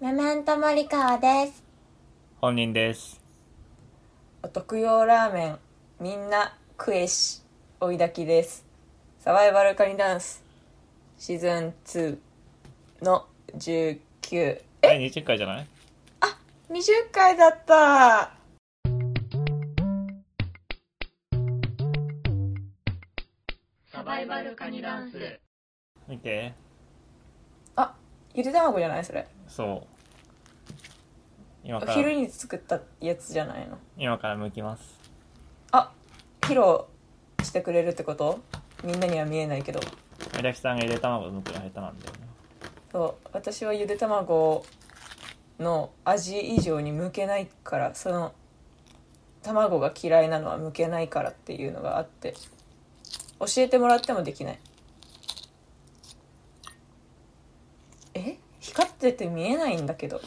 メメントモリカワです。本人ですお徳用ラーメンみんな食えし追いだきですサバイバルカニダンスシーズン2の19え第20回じゃない20回だったサバイバルカニダンス。見てあゆで卵じゃないそれそう今おから昼に作ったやつじゃないの今から剥きますあ披露してくれるってことみんなには見えないけどみだきさんが入れ卵むくの下手なんだよねそう私はゆで卵の味以上に向けないからその卵が嫌いなのは向けないからっていうのがあって教えてもらってもできないえ光ってて見えないんだけど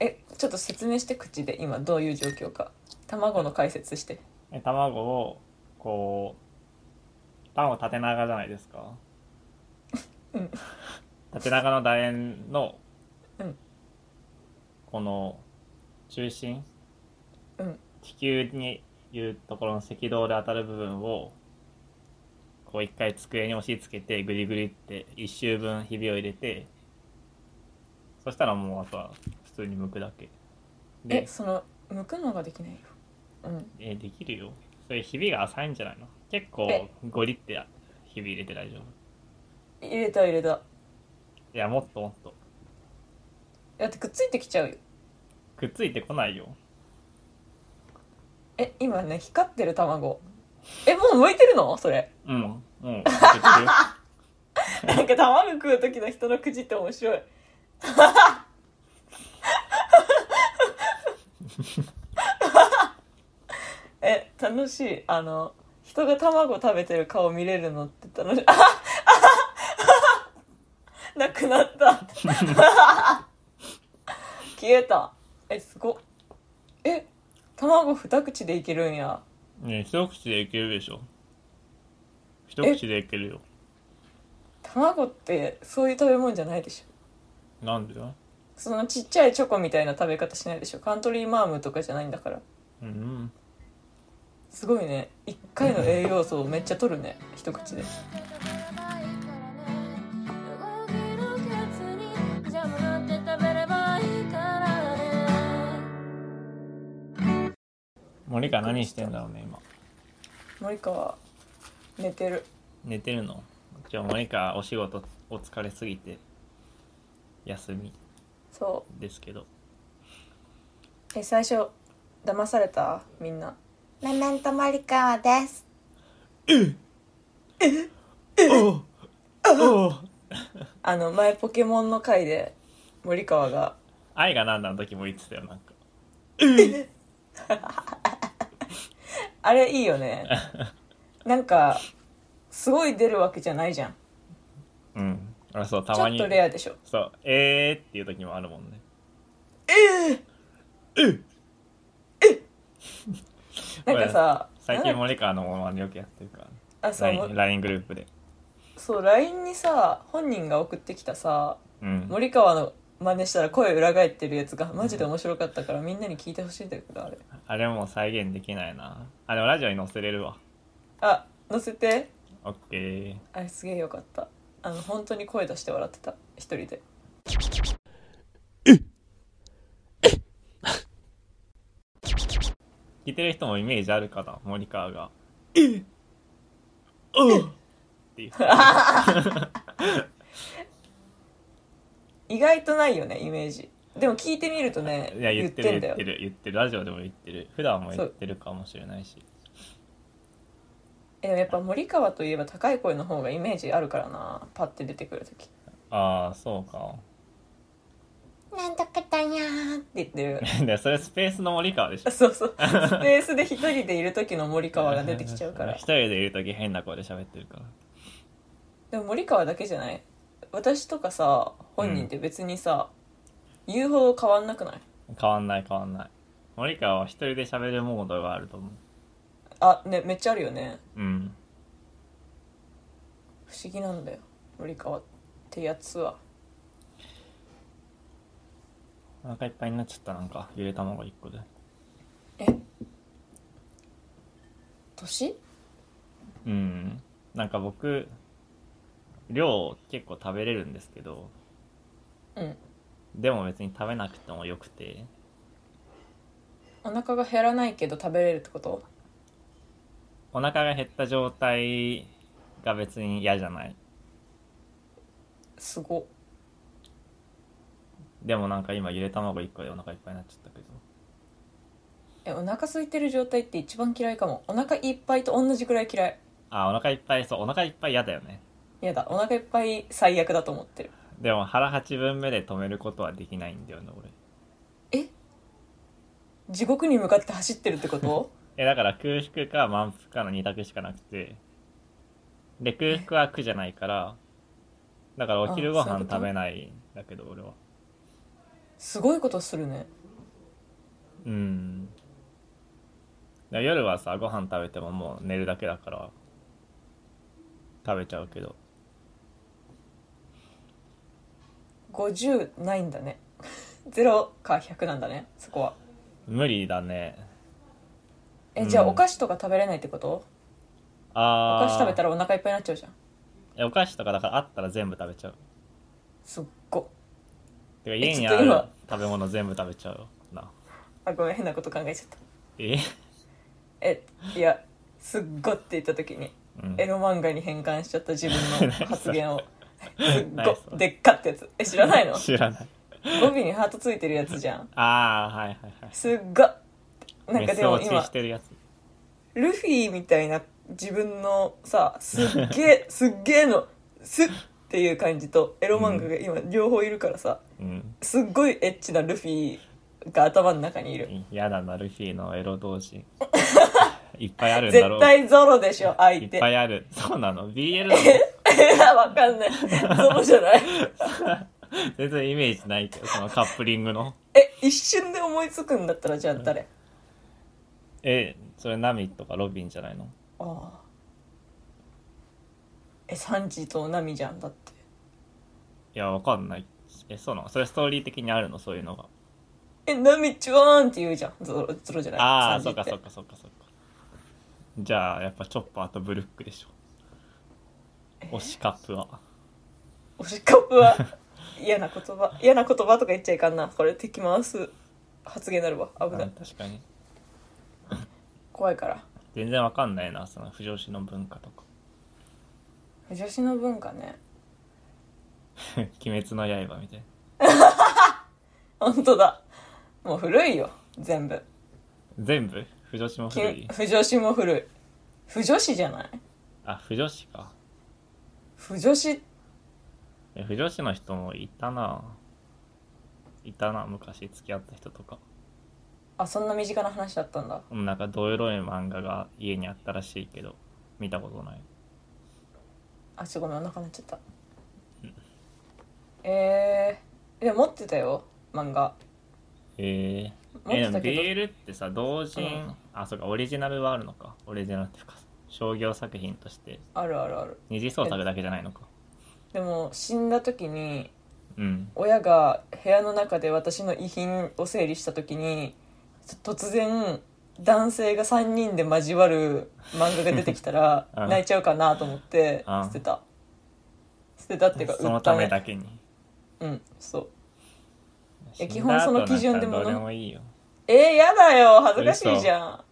えちょっと説明して口で今どういう状況か卵の解説してえ卵をこうパンを縦長じゃないですか、うん縦長の楕円の、うんこの中心、うん地球にいうところの赤道で当たる部分をこう一回机に押し付けてグリグリって一周分ひびを入れてそしたらもうあとは普通に剥くだけえその剥くのができないようんえできるよそれひびが浅いんじゃないの結構えゴリってひび入れて大丈夫入れた入れたいやもっともっとだってくっついてきちゃうよくっついてこないよえ今ね光ってる卵えもう剥いてるのそれうん もうくっつくよなんか卵食う時の人の口って面白い え楽しいあの人が卵食べてる顔見れるのって楽しい あはははなくなった 消えたえすごっえ卵二口でいけるんやねえ一口でいけるでしょ一口でいけるよ卵ってそういう食べ物じゃないでしょなんでよそのちっちゃいチョコみたいな食べ方しないでしょカントリーマームとかじゃないんだからうんすごいね一回の栄養素をめっちゃ取るね一口で動きのケツにジャムなんて食べればいいからね。森川何してんだろうね今森川寝てる寝てるの今日森川お仕事お疲れすぎて休みそですけ どうえ最初騙されたみんなメメントモリカワです。おおあの前ポケモンの回で森川が愛がなんだの時も言ってたよなんかあれいいよねなんかすごい出るわけじゃないじゃん うんあそうたちまょっにとレアでしょそう、えーっていう時もあるもんね。なんかさ最な近んだ森川のものまねよくやってるから、ね、あそうも LINE, LINE グループで。そう LINE にさ本人が送ってきたさうん。森川の真似したら声裏返ってるやつがマジで面白かったからみんなに聞いてほしいんだけどあれあれもう再現できないな。あ、でもラジオに載せれるわ。あ載せてオッケー。あれすげえよかったあの本当に声出して笑ってた一人 で聞いてる人もイメージあるかな、森川が。えおうっていう。意外とないよねイメージでも聞いてみるとねい や、言言っっててるんだ言っよてる言ってる。ラジオでも言ってる。普段も言ってるかもしれないし。えでもやっぱ森川といえば高い声の方がイメージあるからなパッて出てくる時ってああ、そうか。 なんとかだにゃー。言ってるで、それスペースの森川でし ょ。そう そうスペースで一人でいる時の森川が出てきちゃうから 一人でいる時変な声で喋ってるから。でも森川だけじゃない私とかさ本人って別にさ、言うほど変わんなくない変わんない変わんない森川は一人で喋るモードがあると思あねめっちゃあるよねううん不思議なんだよ森川ってやつはお腹いっぱいになっちゃったなんかゆで卵1個でえ年うんなんか僕量結構食べれるんですけどうんでも別に食べなくてもよくてお腹が減らないけど食べれるってことお腹が減った状態が別に嫌じゃないすごでもなんか今ゆで卵1個でお腹いっぱいになっちゃったけどえお腹空いてる状態って一番嫌いかもお腹いっぱいと同じくらい嫌いあお腹いっぱいそうお腹いっぱい嫌だよねやだお腹いっぱい最悪だと思ってるでも腹8分目で止めることはできないんだよね俺え地獄に向かって走ってるってこと えだから空腹か満腹かの2択しかなくてで空腹は苦じゃないからだからお昼ごあそうい飯うこと食べないんだけど俺はすごいことするねうんだから夜はさご飯食べてももう寝るだけだから食べちゃうけど50ないんだね 0か100なんだねそこは無理だねえじゃあうんお菓子とか食べれないってこと、あおー菓子食べたらお腹いっぱいになっちゃうじゃんえお菓子とかだからあったら全部食べちゃうすっごてか家ちにょあっとる今食べ物全部食べちゃうなあごめん変なこと考えちゃったえ、えいやすっごって言った時にうん、エロ漫画に変換しちゃった自分の発言 をすっ何そごれでっかってやつえ知らないの知ら ない語尾にハートついてるやつじゃんああはいはいはいすっごなんメかスでも落ち今してるやつルフィみたいな自分のさすっげえ すっげえのすっていう感じとエロ漫画が今両方いるからさうんすっごいエッチなルフィが頭の中にいる嫌だなルフィのエロ 同士いっぱいあるんだろ絶う対ゾロでしょい相っ手ぱいあるそうなの BL いや わかんないゾロじゃない の全然イメージないけどそのカップリングのえ一瞬で思いつくんだったらじゃあ誰、えそれナミとかロビンじゃないのああえサンジとナミじゃんだっていやわかんないえそうなのそれストーリー的にあるのそういうのがえナミちわーんって言うじゃんゾロゾロじゃないああサそンジっかってそっかそっかそっかじゃあやっぱチョッパーとブルックでしょ推しカップはおしっこぶは嫌な言葉嫌な言葉とか言っちゃいかんなこれ敵回す発言になるわ危なあい確かに怖いから全然わかんないなその不女子の文化とか 女子の文化ね鬼滅の刃みたいな本当だもう古いよ全部全部不女子も古いき不女子も古い不女子じゃないあ不女子か不女子え不女子の人もいたないたな昔付き合った人とかあそんな身近な話だったんだうんなんかどエロい漫画が家にあったらしいけど見たことないあちょごめんお腹鳴っちゃったえー、でも持ってたよ漫画えー、持っえてでもたけど BL ってさ同人、うんあそうかオリジナルはあるのかオリジナルっていうか商業作品としてあるあるある二次創作だけじゃないのかでも死んだ時にうん親が部屋の中で私の遺品を整理した時に突然男性が3人で交わる漫画が出てきたら うん泣いちゃうかなと思ってうん捨てた捨てたっていうかそ売のったためねだけにうんそうえ死基ん本だその後なん基準でか物どうでもいいよえー、やだよ恥ずかしいじゃん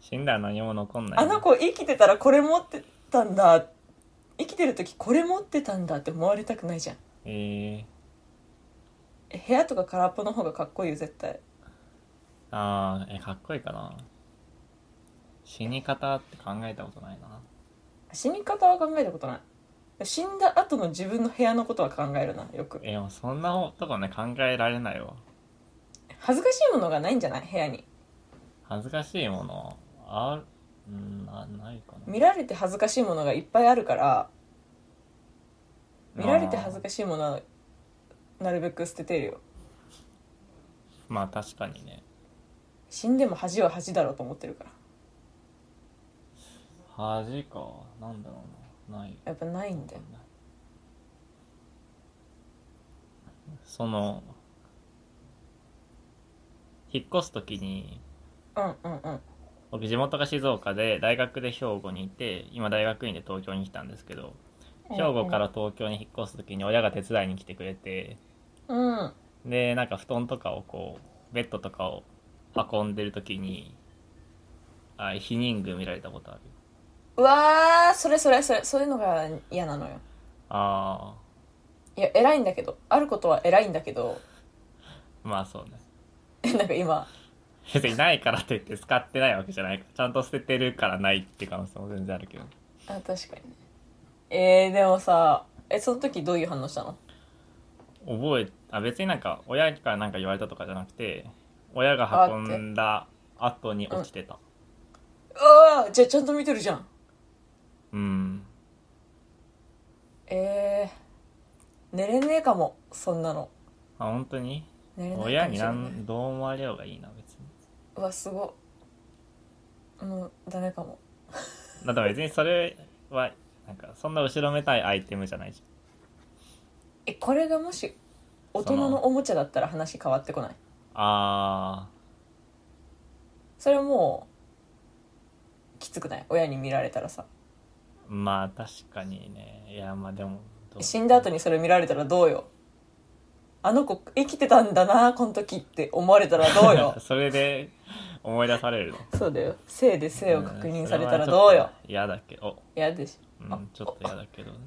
死んだら何も残んないあよの子生きてたらこれ持ってたんだ生きてる時これ持ってたんだって思われたくないじゃんえー、え部屋とか空っぽの方がかっこいいよ絶対あーえかっこいいかな死に方って考えたことないな死に方は考えたことない死んだ後の自分の部屋のことは考えるなよくえもうそんなとこね考えられないわ恥ずかしいものがないんじゃない部屋に恥ずかしいものあるうんあないかな見られて恥ずかしいものがいっぱいあるから見られて恥ずかしいものはなるべく捨ててるよまあ確かにね死んでも恥は恥だろうと思ってるから恥かなんだろうなないやっぱないんだよその引っ越す時にうんうんうん僕地元が静岡で大学で兵庫にいて今大学院で東京に来たんですけど兵庫から東京に引っ越す時に親が手伝いに来てくれてうんでなんか布団とかをこうベッドとかを運んでる時にあ避妊具見られたことあるうわーそれそれそれそういうのが嫌なのよあいや偉いんだけどあることは偉いんだけどあまあそうね なんか今別にないからといって使ってないわけじゃないちゃんと捨ててるからないって可能性も全然あるけどあ確かにねえー、でもさえその時どういう反応したの覚えあ別になんか親からなんか言われたとかじゃなくて親が運んだ後に起きてたああじゃあちゃんと見てるじゃんうんえー、寝れねえかもそんなのあ本当に寝れないかもしれ親になないんどう思われようがいいな別にうわすごっもうダメかもだって別にそれはなんかそんな後ろめたいアイテムじゃないじえこれがもし大人のおもちゃだったら話変わってこないゃんあそれもうきつくない親に見られたらさーまあ確かにねいやまあでもどう死んだ後にそれ見られたらどうよあの子生きてたんだなこの時って思われたらどうよ それで思い出されるのそうだよ生で生を確認されたらんどうよそれはちょっと嫌だけど嫌でしうあんちょっと嫌だけどね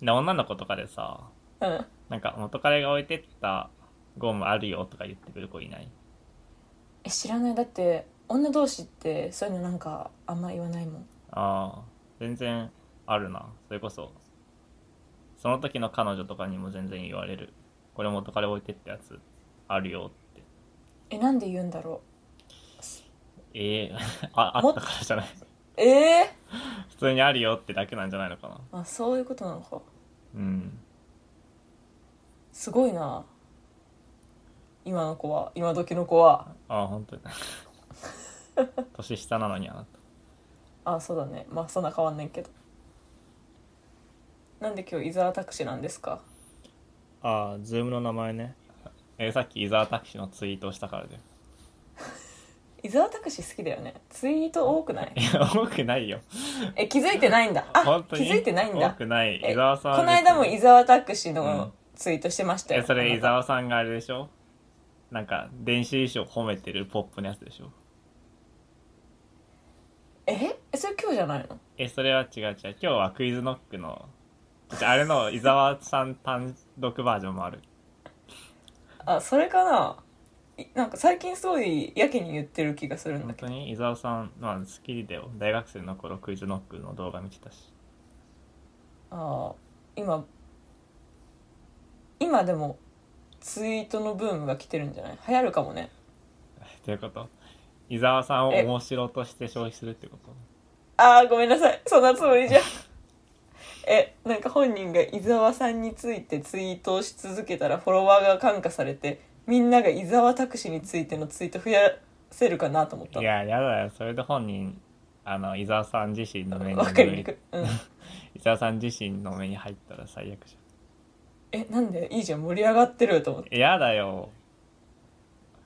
で女の子とかでさょうんなんか元彼が置いてったゴムあるよとか言ってくる子いないえ知らないだって女同士ってそういうのなんかあんま言わないもんああ全然あるなそれこそその時の彼女とかにも全然言われるこれ元彼置いてったやつあるよってえなんで言うんだろええ ああもったからじゃないうええ普通にあるよってだけなんじゃないのかなあそういうことなのかうんすごいな今の子は今時の子はあ あ本当に年下なのにあなたあそうだねまあそんな変わんないけどなんで今日伊沢拓司なんですかああ、ズームの名前ね。 えーさっき伊沢拓司のツイートをしたからで。伊沢拓司好きだよねツイート多くない いや、多くないよ。え気づいてないんだあ本当気に。づいてないん多だくない。え伊沢さんはこの別に。間も伊沢拓司うんのツイートしてましたよ、え、それ伊あな沢さんがあれでしょなんか、電子衣装褒めてるポップのやつでしょたええそれ今日じゃないのえ、それは違う違う。今日はクイズノックの、あれの伊沢さん単独バージョンもある。あそれかないなんか最近すごいやけに言ってる気がするんだ本け当どに伊沢さん、まあ好きだよ。大学生の頃クイズノックの動画見てたし。あー今今でもツイートのブームが来てるんじゃない流行るかもねということ伊沢さんを面白として消費するってことああごめんなさいそんなつも りじゃえなんか本人が伊沢さんについてツイートをし続けたらフォロワーが感化されてみんなが伊沢拓司についてのツイート増やせるかなと思ったいのや、やだよ。それで本人、あの、伊沢さん自身の目にわかりにくい、 うん、伊沢さん自身の目に入ったら最悪じえなんでいいじゃん盛り上がってると思ってゃん。いやだよ。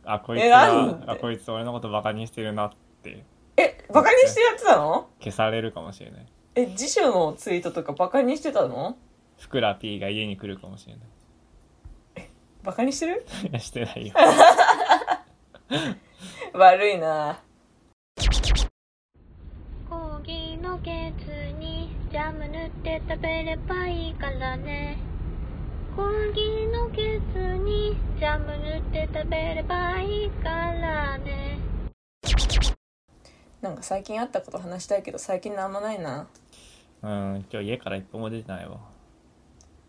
あ、こいつえなんは、であ、こいつ俺のことバカにしてるなってえバカにしてやってたの消されるかもしれない。え辞書のツイートとかバカにしてたのふくら P が家に来るかもしれなバカにしてるい。いや してないよ。悪いな講義の月にジャム塗って食べればいいからね講義の月にジャム塗って食べればいいからねなんか最近あったこと話したいけど最近なんもないなうん、今日家から一歩も出てないわ。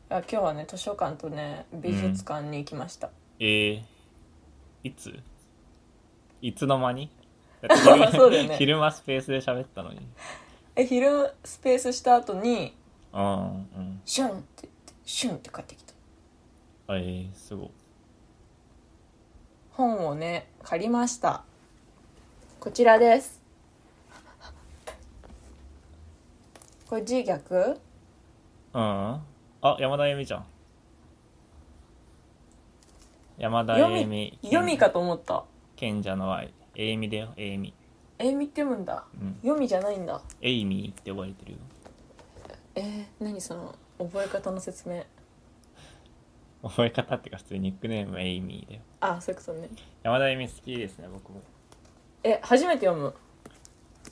あ今日はね図書館とね美術館に行きました、えー、いついつの間に そうだよね昼間スペースで喋ったのに。え昼スペースした後にうん、うん。シュンって言ってシュンって帰ってきたえー、すごい。本をね借りましたこちらですこれ G 逆うん。あ、山田由美ちゃん。山田読栄み美読みかと思った賢者の愛栄美だよ栄美えみって読むんだうん読みじゃないんだエイミーって呼ばれてるよえー、何その覚え方の説明覚え方っていうか普通にニックネームエイミーだよあそういうことね山田栄美好きですね僕もえ初めて読む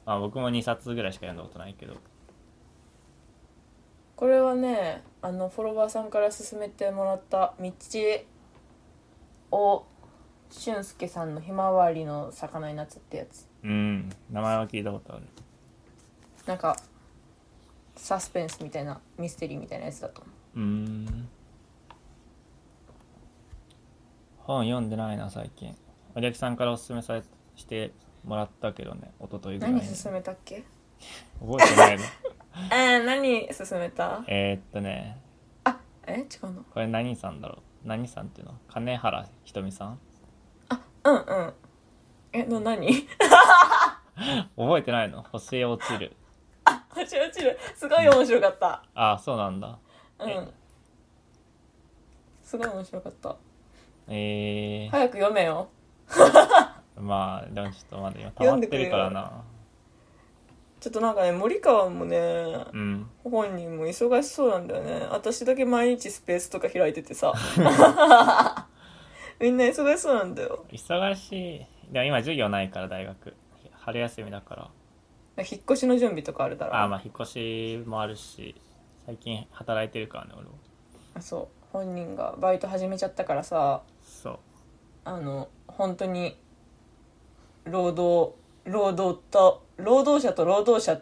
まあ僕も2冊ぐらいしか読んだことないけどこれはねあのフォロワーさんから勧めてもらった道尾俊介さんの「ひまわりの魚になっちゃってやつうん名前は聞いたことあるなんかサスペンスみたいなミステリーみたいなやつだと思ううーん本読んでないな最近お客さんからおすすめされしてもらったけどね一昨日ぐらいに何勧めたっけ覚えてないの えー、何勧めたえーっとねあえ違うのこれ何さんだろう何さんっていうの金原ひとみさんうんうんえの何 覚えてないの星へ落ちる落ちる落ちるすごい面白かったああそうなんだうえんすごい面白かったえー早く読めよまあでもちょっとまだ今溜読まんっでくてれるよからなちょっとなんかね森川もねうん本人も忙しそうなんだよね私だけ毎日スペースとか開いててさみんな忙しそうなんだよ忙しいでも今授業ないから大学春休みだから引っ越しの準備とかあるだろうあまあ引っ越しもあるし最近働いてるからね俺もあそう本人がバイト始めちゃったからさそうあの本当に労働労働と労働者と労働者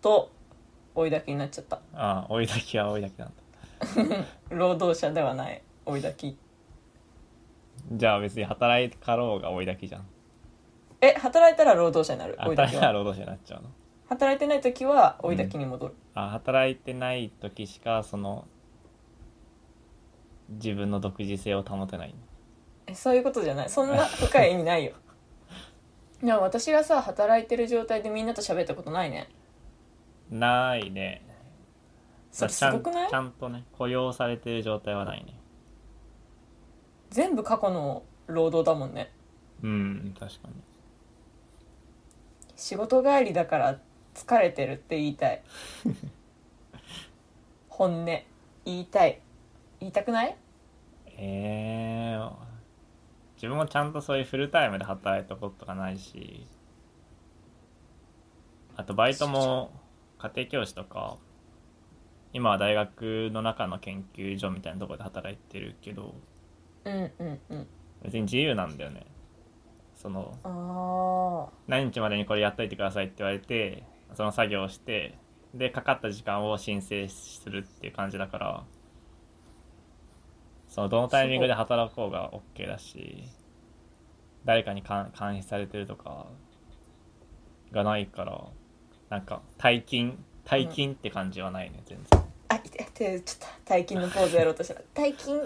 と追いだきになっちゃったああ追いだきは追いだきなんだ労働者ではない追いだきじゃあ別に働いてかろうが追いだきじゃんえ働いたら労働者になる追いだ働きいたらは労働者になっちゃうの働いてない時は追いだきに戻る、あ働いてない時しかその自分の独自性を保てないえそういうことじゃないそんな深い意味ないよでも私がさ働いてる状態でみんなと喋ったことないねないねそれちすゃごんくないちゃんとね雇用されてる状態はないね全部過去の労働だもんねうん確かに仕事帰りだから疲れてるって言い たい本音言いたい言いたくないえー、自分もちゃんとそういうフルタイムで働いたことがないしあとバイトも家庭教師とか今は大学の中の研究所みたいなところで働いてるけどうんうんうん別に自由なんだよねそのあ何日までにこれやっといてくださいって言われてその作業をしてでかかった時間を申請するっていう感じだからそのどのタイミングで働こうが OK だし誰かに監監視されてるとかがないからなんか大金大金って感じはないね全然ああ痛い手ちょっと大金のポーズやろうと した大金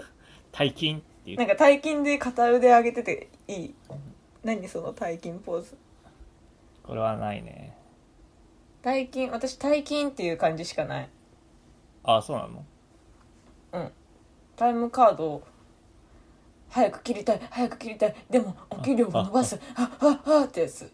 大金っていうなんか大金で片腕上げてていい何その大金ポーズこれはないね大金私大金っていう感じしかないああそうなのタイムカードを早く切りたい早く切りたいでもお給料を伸ばすあああってやつ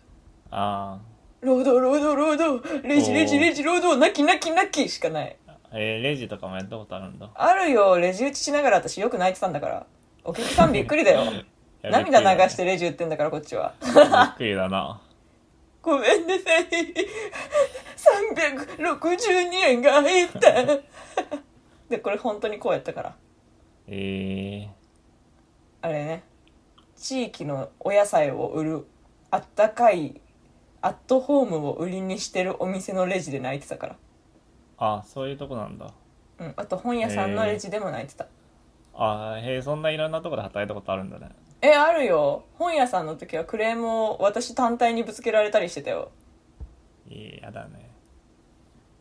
あ労働労働労働レジおーレジレジ労働なきなきなきしかないあえーレジとかもやったことあるんだあるよレジ打ちしながら私よく泣いてたんだからお客さんびっくりだ よいや涙流してびレジ打ってんだからこっちはっくりだなごめんなさい362円が入ったでこれ本当にこうやったからえあれね地域のお野菜を売るあったかいアットホームを売りにしてるお店のレジで泣いてたかー、あそういうとこなんだら、うん、あと本屋さんのレジでも泣いてたあーへえそんないろんなとこで働いたことあるんだねえあるよ本屋さんの時はクレームを私単体にぶつけられたりしてたよいやだね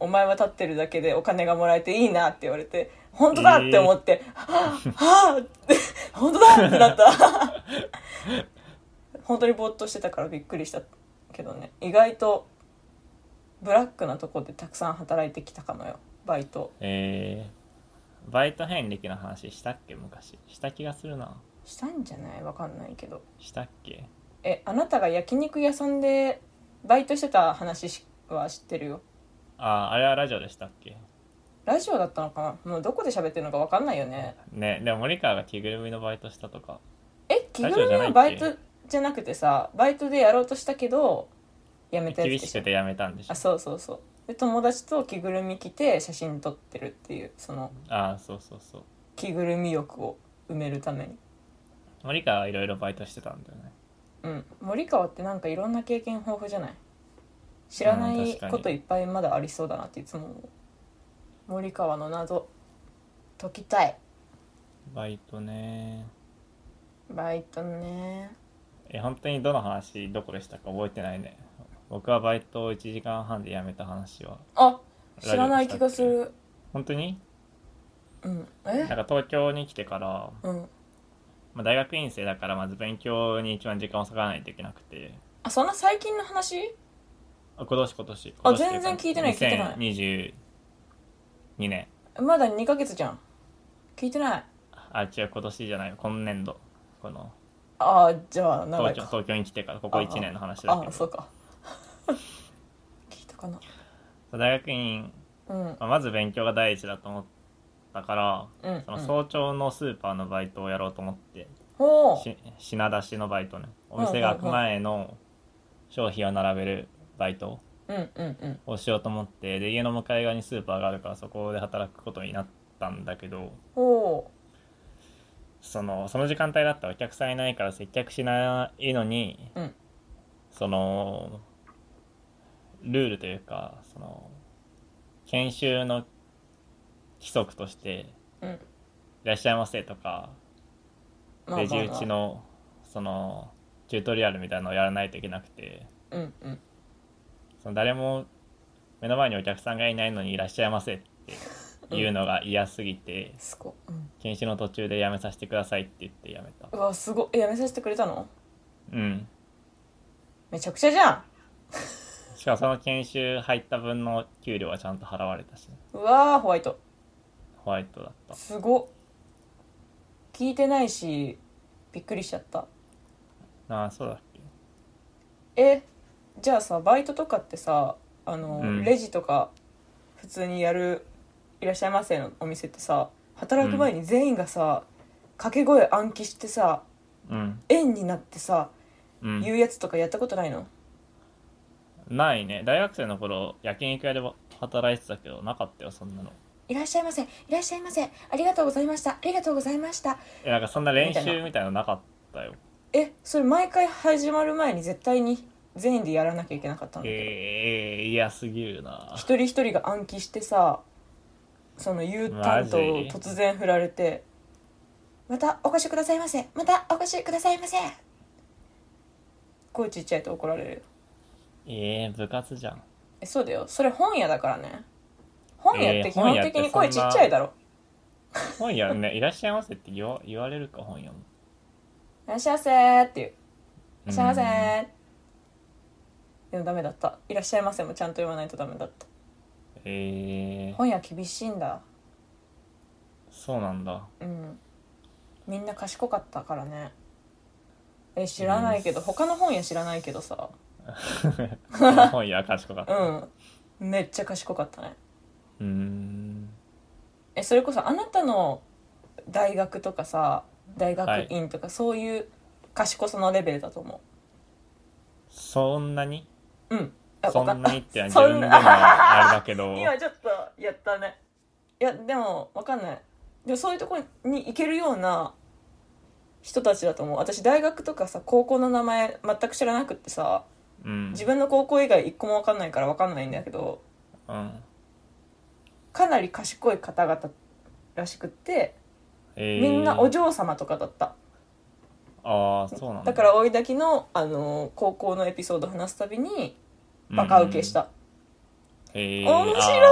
お前は立ってるだけでお金がもらえていいなって言われて本当だって思って、はぁはぁって本当だってなった本当にぼーっとしてたからびっくりしたけどね意外とブラックなとこでたくさん働いてきたかもよバイトえバイト遍歴の話したっけ昔した気がするなしたんじゃないわかんないけどしたっけえあなたが焼肉屋さんでバイトしてた話しは知ってるよあああれはラジオでしたっけラジオだったのかなもうどこで喋ってるのかわかんないよねねでも森川が着ぐるみのバイトしたとかえ着ぐラジオるじみゃないのっけバイトじゃなくてさバイトでやろうとしたけどやめたや厳つでししょくてやめたんでしょあそうそうそうで友達と着ぐるみ着て写真撮ってるっていうそのああそうそうそう着ぐるみ欲を埋めるために森川はいろいろバイトしてたんだよねうん森川ってなんかいろんな経験豊富じゃない知らなうんい確かにこといっぱいまだありそうだなっていつも思う森川の謎解きたいバイトねバイトねえ本当にどの話どこでしたか覚えてないね僕はバイトを1時間半で辞めた話はあ知らない気がする本当にうんなんえか東京に来てから、うんまあ、大学院生だからまず勉強に一番時間を割かないといけなくてあそんな最近の話あ今年あ今年今年ってうか全然聞いてない聞いてない2022年まだ2ヶ月じゃん聞いてないあ違う今年じゃないよ今年度このああじゃあ長東い京か東京に来てからここ1年の話だあけあそどうか 聞いたかな大学院、うんまあまず勉強が第一だと思ったからうんそのうん早朝のスーパーのバイトをやろうと思って、ほうし品出しのバイトねおうん店が開くうん前の商品を並べるバイトうんうんうんをしようと思ってで家の向かい側にスーパーがあるからそこで働くことになったんだけどほそのその時間帯だったらお客さんいないから接客しないのに、うんそのルールというかその研修の規則としてううん「いらっしゃいませ」とかまあまあまあレジ打ちのそのチュートリアルみたいなのをやらないといけなくてうんうんその誰も目の前にお客さんがいないのに「いらっしゃいませ」っていうのが嫌すぎて、すごうん研修の途中でやめさせてくださいって言ってやめたうわすごいえやめさせてくれたのうんめちゃくちゃじゃんしかもその研修入った分の給料はちゃんと払われたしね、うわーホワイトホワイトだったすごっ聞いてないしびっくりしちゃったああそうだっけえじゃあさバイトとかってさあの、うんレジとか普通にやる「いらっしゃいませ」のお店ってさ働く前に全員がさ掛け声暗記してさうん円になってさうん言うやつとかやったことないのないね大学生の頃焼肉屋で働いてたけどなかったよそんなの「いらっしゃいませいらっしゃいませありがとうございましたありがとうございましたえなんかそんな練みたい習なみたいなのなかったよ」えそれ毎回始まる前に絶対に全員でやらなきゃいけなかったんだけど、ええ嫌すぎるな一人一人が暗記してさその言う担当をマジ突然振られて「またお越しくださいませまたお越しくださいませ」声ちっちゃいと怒られるええ部活じゃんえそうだよそれ本屋だからね本屋って基本的えにー本声屋ってちそんなっちゃいだろ本 屋ね「いらっしゃいませ」って言わ言われるか本屋も「いらっしゃいませ」っていう「いらうんっしゃいませ」でもダメだった「いらっしゃいませ」もちゃんと言わないとダメだったええ本屋厳しいんだそうな んだうんみんな賢かったからねえ知らないけど、他の本屋知らないけどさ本屋は賢かったうんめっちゃ賢かったねうーんえそれこそあなたの大学とかさ大学院とか、そういう賢さのレベルだと思そんなにううんあそわかっんなにってのは自そん分でもあれだけ ど今ちょっとやったねいやでもわかんないでもそういうとこに行けるような人たちだと思う私大学とかさ高校の名前全く知らなくってさうん自分の高校以外一個も分かんないから分かんないんだけどうんかなり賢い方々らしくってえーみんなお嬢様とかだった、ああそうなんだだから追いだきの、あのー高校のエピソード話すたびにバカ受けした、うんうんえー面白あー違う不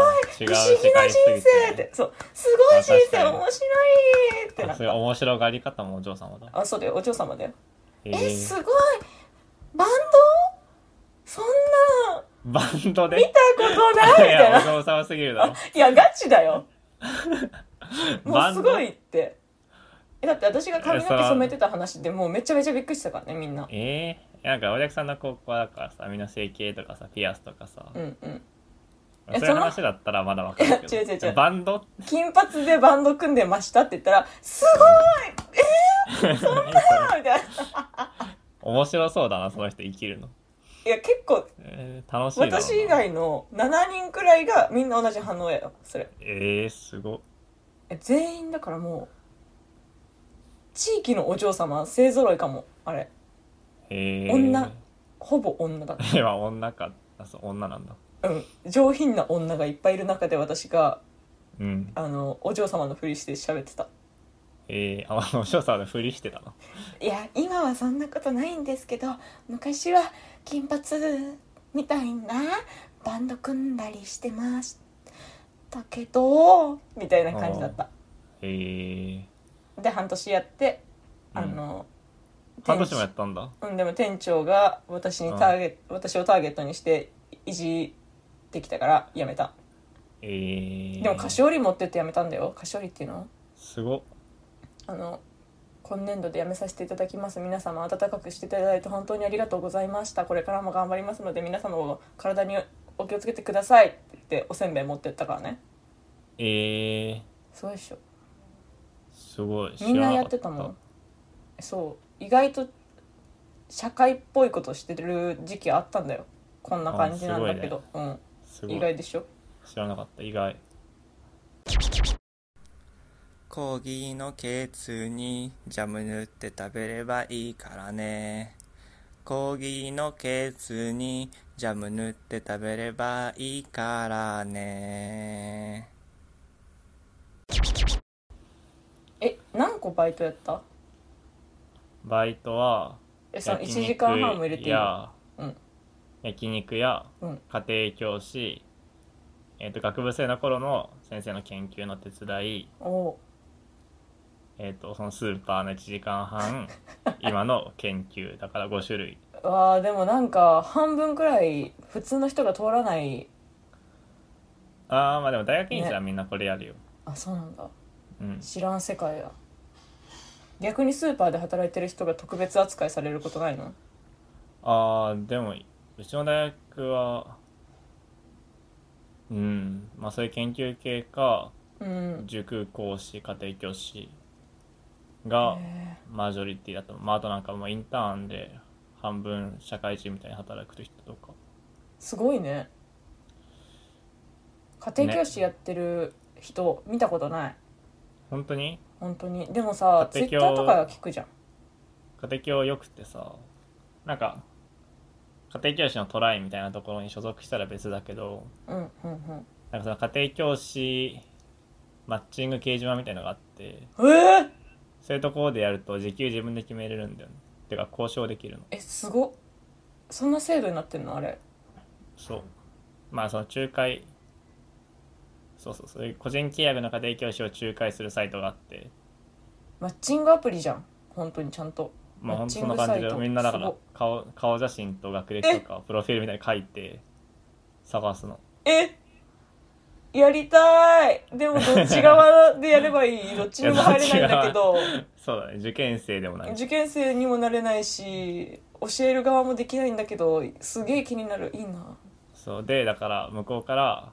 思議な人生ってそうすごい人まあ生確かに面白いって世界なあっそういうた面白がり方もお嬢様だあそうだよお嬢様だよええーすごいバンドそんなバンドで 見たことないみたいやなお嬢様すぎるだろいやガチだよもうすごバンいってえだって私が髪の毛染めてた話でもうめちゃめちゃびっくりしたからねみんなドえー、なんかお客さんの高校だからさみんな整形とかさピアスとかさ、うんうんまえあそういそうの話だったらまだわかるけど 違う違う違うバンド 金髪でバンド組んでましたって言ったらすごい みたいな面白そうだなその人生きるの、いや結構えー、楽しいだろうな私以外の7人くらいがみんな同じ反応やよそれえー、すごっえ全員だからもう地域のお嬢様勢ぞろいかもあれえー、女ほぼ女だっえーまあ女かあそう女なんだたうん上品な女がいっぱいいる中で私がうんあのお嬢様のふりして喋ってたえー、あお嬢さんのふりしてたのいや今はそんなことないんですけど昔は金髪みたいなバンド組んだりしてましたけどみたいな感じだったえー、で半年やってうんあの、半年もやったんだうん、でも店長が私にターゲット、私をターゲットにしていじってきたからやめたえー、でも菓子折り持ってってやめたんだよ菓子折りっていうのすごっあの今年度で辞めさせていただきます皆様温かくしていただいて本当にありがとうございましたこれからも頑張りますので皆様も体にお気をつけてくださいって言っておせんべい持ってったからねえー、そうでしょすごいみんなやってたもんそう意外と社会っぽいことしてる時期あったんだよこんな感じなんだけど、すうんご意い外でしょ知らなかった意外コーギーのケツにジャム塗って食べればいいからね。コーギーのケツにジャム塗って食べればいいからね。え何個バイトやったバイトはえその1時間半も入れていいよや、うん焼肉やうん家庭教師、えー、と学部生の頃の先生の研究の手伝い、おえー、とそのスーパーの1時間 半今の研究だから5種類うわーでもなんか半分くらい普通の人が通らないああまあでも大学院生はみんなこれやるよ、あそうなんだうん知らん世界や逆にスーパーで働いてる人が特別扱いされることないのああでもうちの大学はうんまあそういう研究系かうん塾講師家庭教師がへマジョリティだとまああとなんかもうインターンで半分社会人みたいに働く人とかすごいね家庭教師やってる人見たことない本当に本当にでもさツイ家ッタ庭教ーとかが聞くじゃん家庭教よくてさなんか家庭教師のトライみたいなところに所属したら別だけどうんうんうんなんかその家庭教師マッチング掲示板みたいのがあってえー、そういうところでやると時給自分で決めれるんだよねてか交渉できるのえすごっそんな制度になってんのあれそうまあその仲介そうそうそういう個人契約の家庭教師を仲介するサイトがあってマッチングアプリじゃん本当にちゃんとまマあほッんとチそンんグなサイ感じトでみんなだかすらご顔顔写真と学歴とかプロフィールみたいに書いて探すのえやりたいでもどっち側でやればいいどっちにも入れないんだけどそうだね受験生でもない受験生にもなれないし教える側もできないんだけどすげえ気になるいいなそうでだから向こうから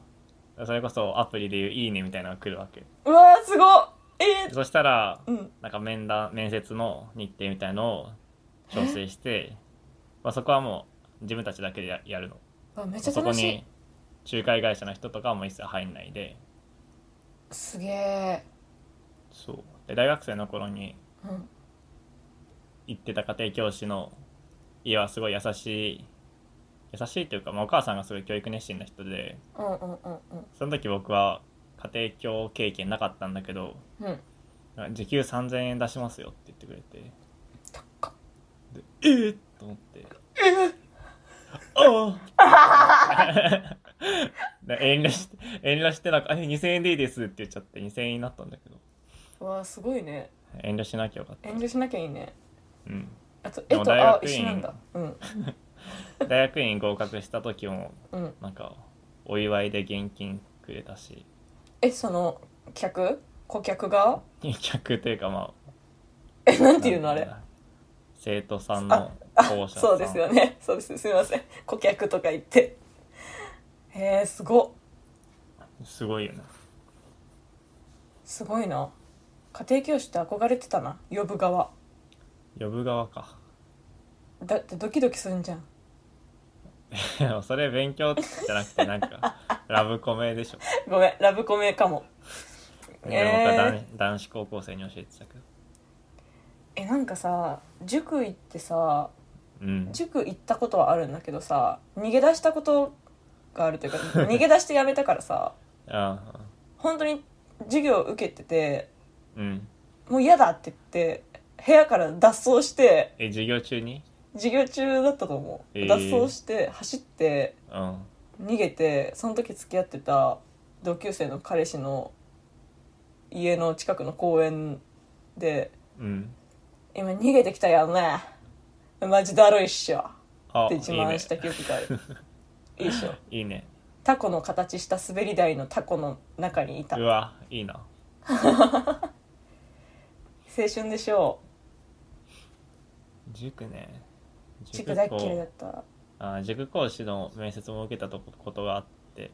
それこそアプリでいう「いいね」みたいなのが来るわけうわーすごっえーそしたらうんなんか面談面接の日程みたいのを調整して、まあ、そこはもう自分たちだけでややるのあめっちゃそこ楽しいに仲介会社の人とかも一切入んないですげえ、そうで大学生の頃にうん、行ってた家庭教師の家はすごい優しい優しいというか、まあ、お母さんがすごい教育熱心な人でうんうんうんその時僕は家庭教経験なかったんだけどうんうん時給3000円出しますよって言ってくれて高っでえっ、と思ってああ で遠慮して遠慮してなんか「あ2000円でいいです」って言っちゃって2000円になったんだけどうわーすごいね遠慮しなきゃよかった遠慮しなきゃいいねうんあと絵でもと大あ学院一緒なんだうん大学院合格した時もうんなんかお祝いで現金くれたしえその客顧客側賓客というかまあえなんなていうのあれ生徒さんのあ保護者さんそうですよねそうですすみません顧客とか言ってへえすごすごいよねすごいな家庭教師って憧れてたな呼ぶ側呼ぶ側かだってドキドキするんじゃんでもそれ勉強じゃなくてな んかラブコメでしょ、ごめんラブコメかもで僕は男男子高校生に教えてたけどえなんかさ塾行ってさうん塾行ったことはあるんだけどさ逃げ出したことがあると いうか逃げ出してやめたからさああ本当に授業受けててうんもう嫌だって言って部屋から脱走してえ授業中に授業中だったと思う、えー脱走して走ってうん逃げてその時付き合ってた同級生の彼氏の家の近くの公園でうん「今逃げてきたよねマジだるいっしょ」あって自慢した記憶があるいいっしょいいねいいねタコの形した滑り台のタコの中にいたう青わいいな春でしょ塾ねう塾大っ嫌いだったあ塾講師の面接も受けたとこことがあって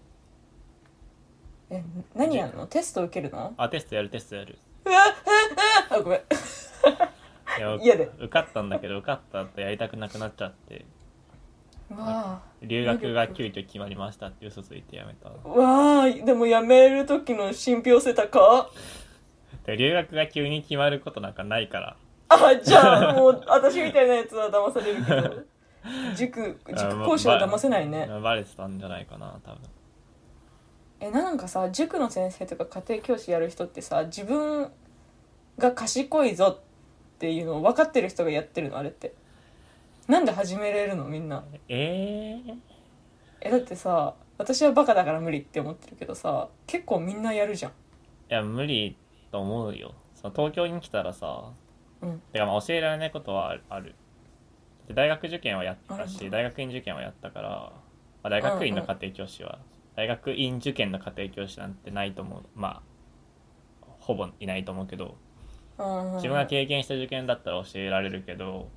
え何やんのテスト受けるのあテストやるテストやるうわうわあごめんいや 嫌で受かったんだけど受かった後やりたくなくなっちゃってうわ留学が急遽決まりましたって嘘ついてやめたあわあでも辞める時の信憑性高っで留学が急に決まることなんかないからあじゃあもう私みたいなやつは騙されるけど塾塾講師は騙せ ないねあばバレてたんじゃないかな多分えなんかさ塾の先生とか家庭教師やる人ってさ自分が賢いぞっていうのを分かってる人がやってるのあれってなんで始めれるのみんなえええだってさ私はバカだから無理って思ってるけどさ結構みんなやるじゃんいや無理と思うよその東京に来たらさうんてかまあ教えられないことはあるあるで大学受験はやったあるしん大学院受験はやったから、まあ、大学院の家庭教師は、大学院受験の家庭教師なんてないと思うまあほぼいないと思うけどうん自分が経験した受験だったら教えられるけど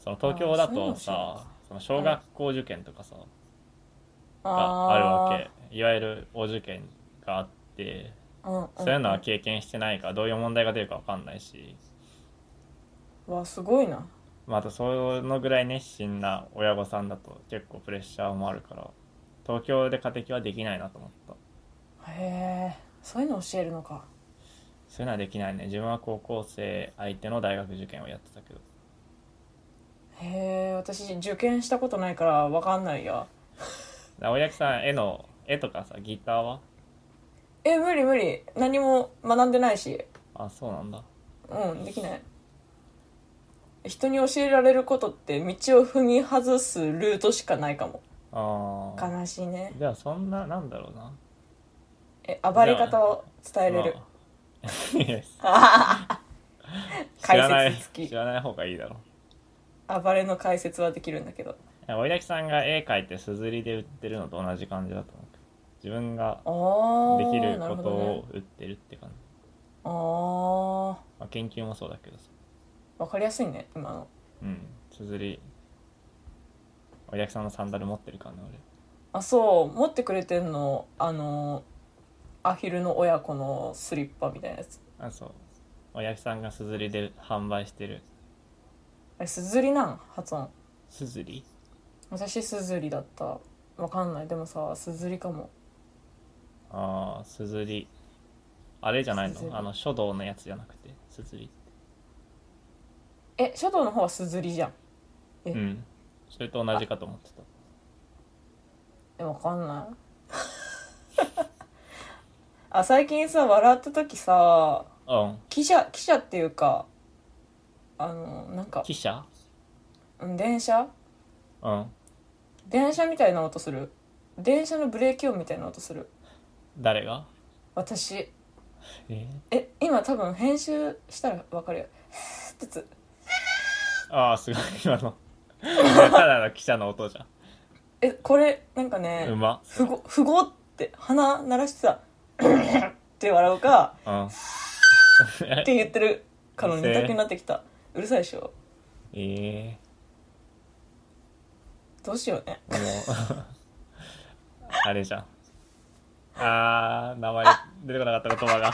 その東京だとさその小学校受験とかさ、があるわけいわゆるお受験があってけ、うんんんそういうのは経験してないからどういう問題が出るか分かんないし、わすごいなまあ、あとそのぐらい熱心な親御さんだと結構プレッシャーもあるから東京で家庭教はできないなと思ったへえそういうの教えるのかそういうのはできないね自分は高校生相手の大学受験をやってたけどへえ私受験したことないから分かんないやだ青柳さん絵の絵とかさギターはえ無理無理何も学んでないしあそうなんだうんできない人に教えられることって道を踏み外すルートしかないかもああ悲しいねではそんななんだろうなえ暴れ方を伝えれるまあ いや知らな解い説付知きらない方がいいだろ 暴れの解説 はできるんだけどいや、おいだきさんが絵描いてすずりで売ってるのと同じ感じだと思うけど自分がああできるなこるとほを売ってるって感じ、どねまあ、研究もそうだけどさああ分かりやすいね今のうんすずりおいだきさんのサンダル持ってるからねあそう持ってくれてんのあのアヒルの親子のスリッパみたいなやつ俺あそうおいだきさんがすずりで販売してるあれすずりなん発音すずり私すずりだったわかんないでもさすずりかもああすずりあれじゃない硯のあの書道のやつじゃなくてすずりえ書道の方はすずりじゃんえうんそれと同じかと思ってたえわかんないあ最近さ笑った時さうん記者記者っていうかあのなんか記者うん電車うん電車みたいな音する電車のブレーキ音みたいな音する誰が私ええ今多分編集したらわかるよってつああすごい今のただの記者の音じゃえこれなんかんうねま 「ふご」ふごって鼻鳴らしてさっって笑うかうん。 って言ってるからうるせ二え択になってきたうるさいでしょえどうしようねえもう、あれじゃん。あー、名前出てこなかった言葉が。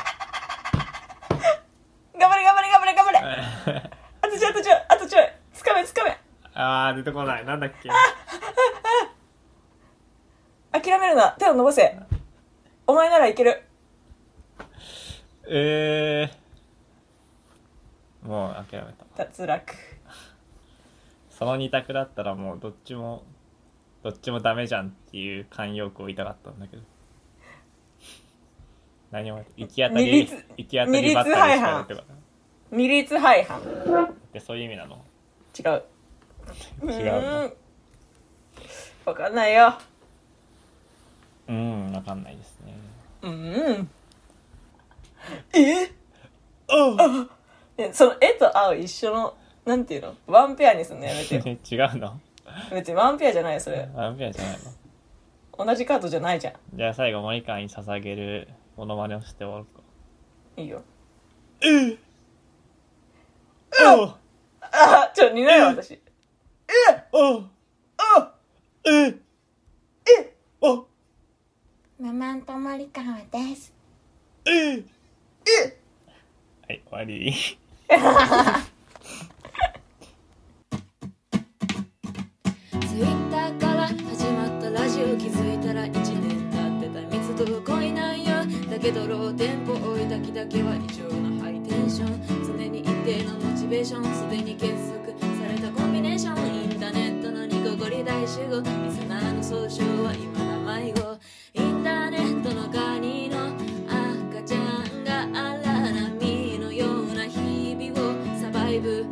頑張れ頑張れ頑張れ頑張れあとちょいあとちょいあとちょいつかめつかめあー、出てこない。なんだっけ。諦めるな手を伸ばせお前ならいけるえー。もう諦めた。脱落その二択だったらもうどっちも、どっちもダメじゃんっていう慣用句を言いたかったんだけど。何も、行き当た二り律、行き当たりばったりしか出てこない。二律背反違で、そういう意味なのうう違うのーんわかんないようん、わかんないですね。うんえあでその「え」と「あ」を一緒のなんていうのワンペアにすんのやめてよ 違うの別にワンペアじゃないよそれワンペアじゃないの同じカードじゃないじゃじゃあ最後、森川に捧げるモノマネをして終わるか。んいいよおうあちょ似ないわ私おうおうえおママンと森川です。えはい、終わり。ツイッターから始まったラジオ気づいたら1年経ってた密度が濃いなんよだけどローテンポ追いだきだけは異常なハイテンション常に一定のモチベーションすでに結束されたコンビネーションインターネットのニコゴリ大集合リスナーの総称は未だ迷子インターネットのカニの赤ちゃんが荒波のような日々をサバイブ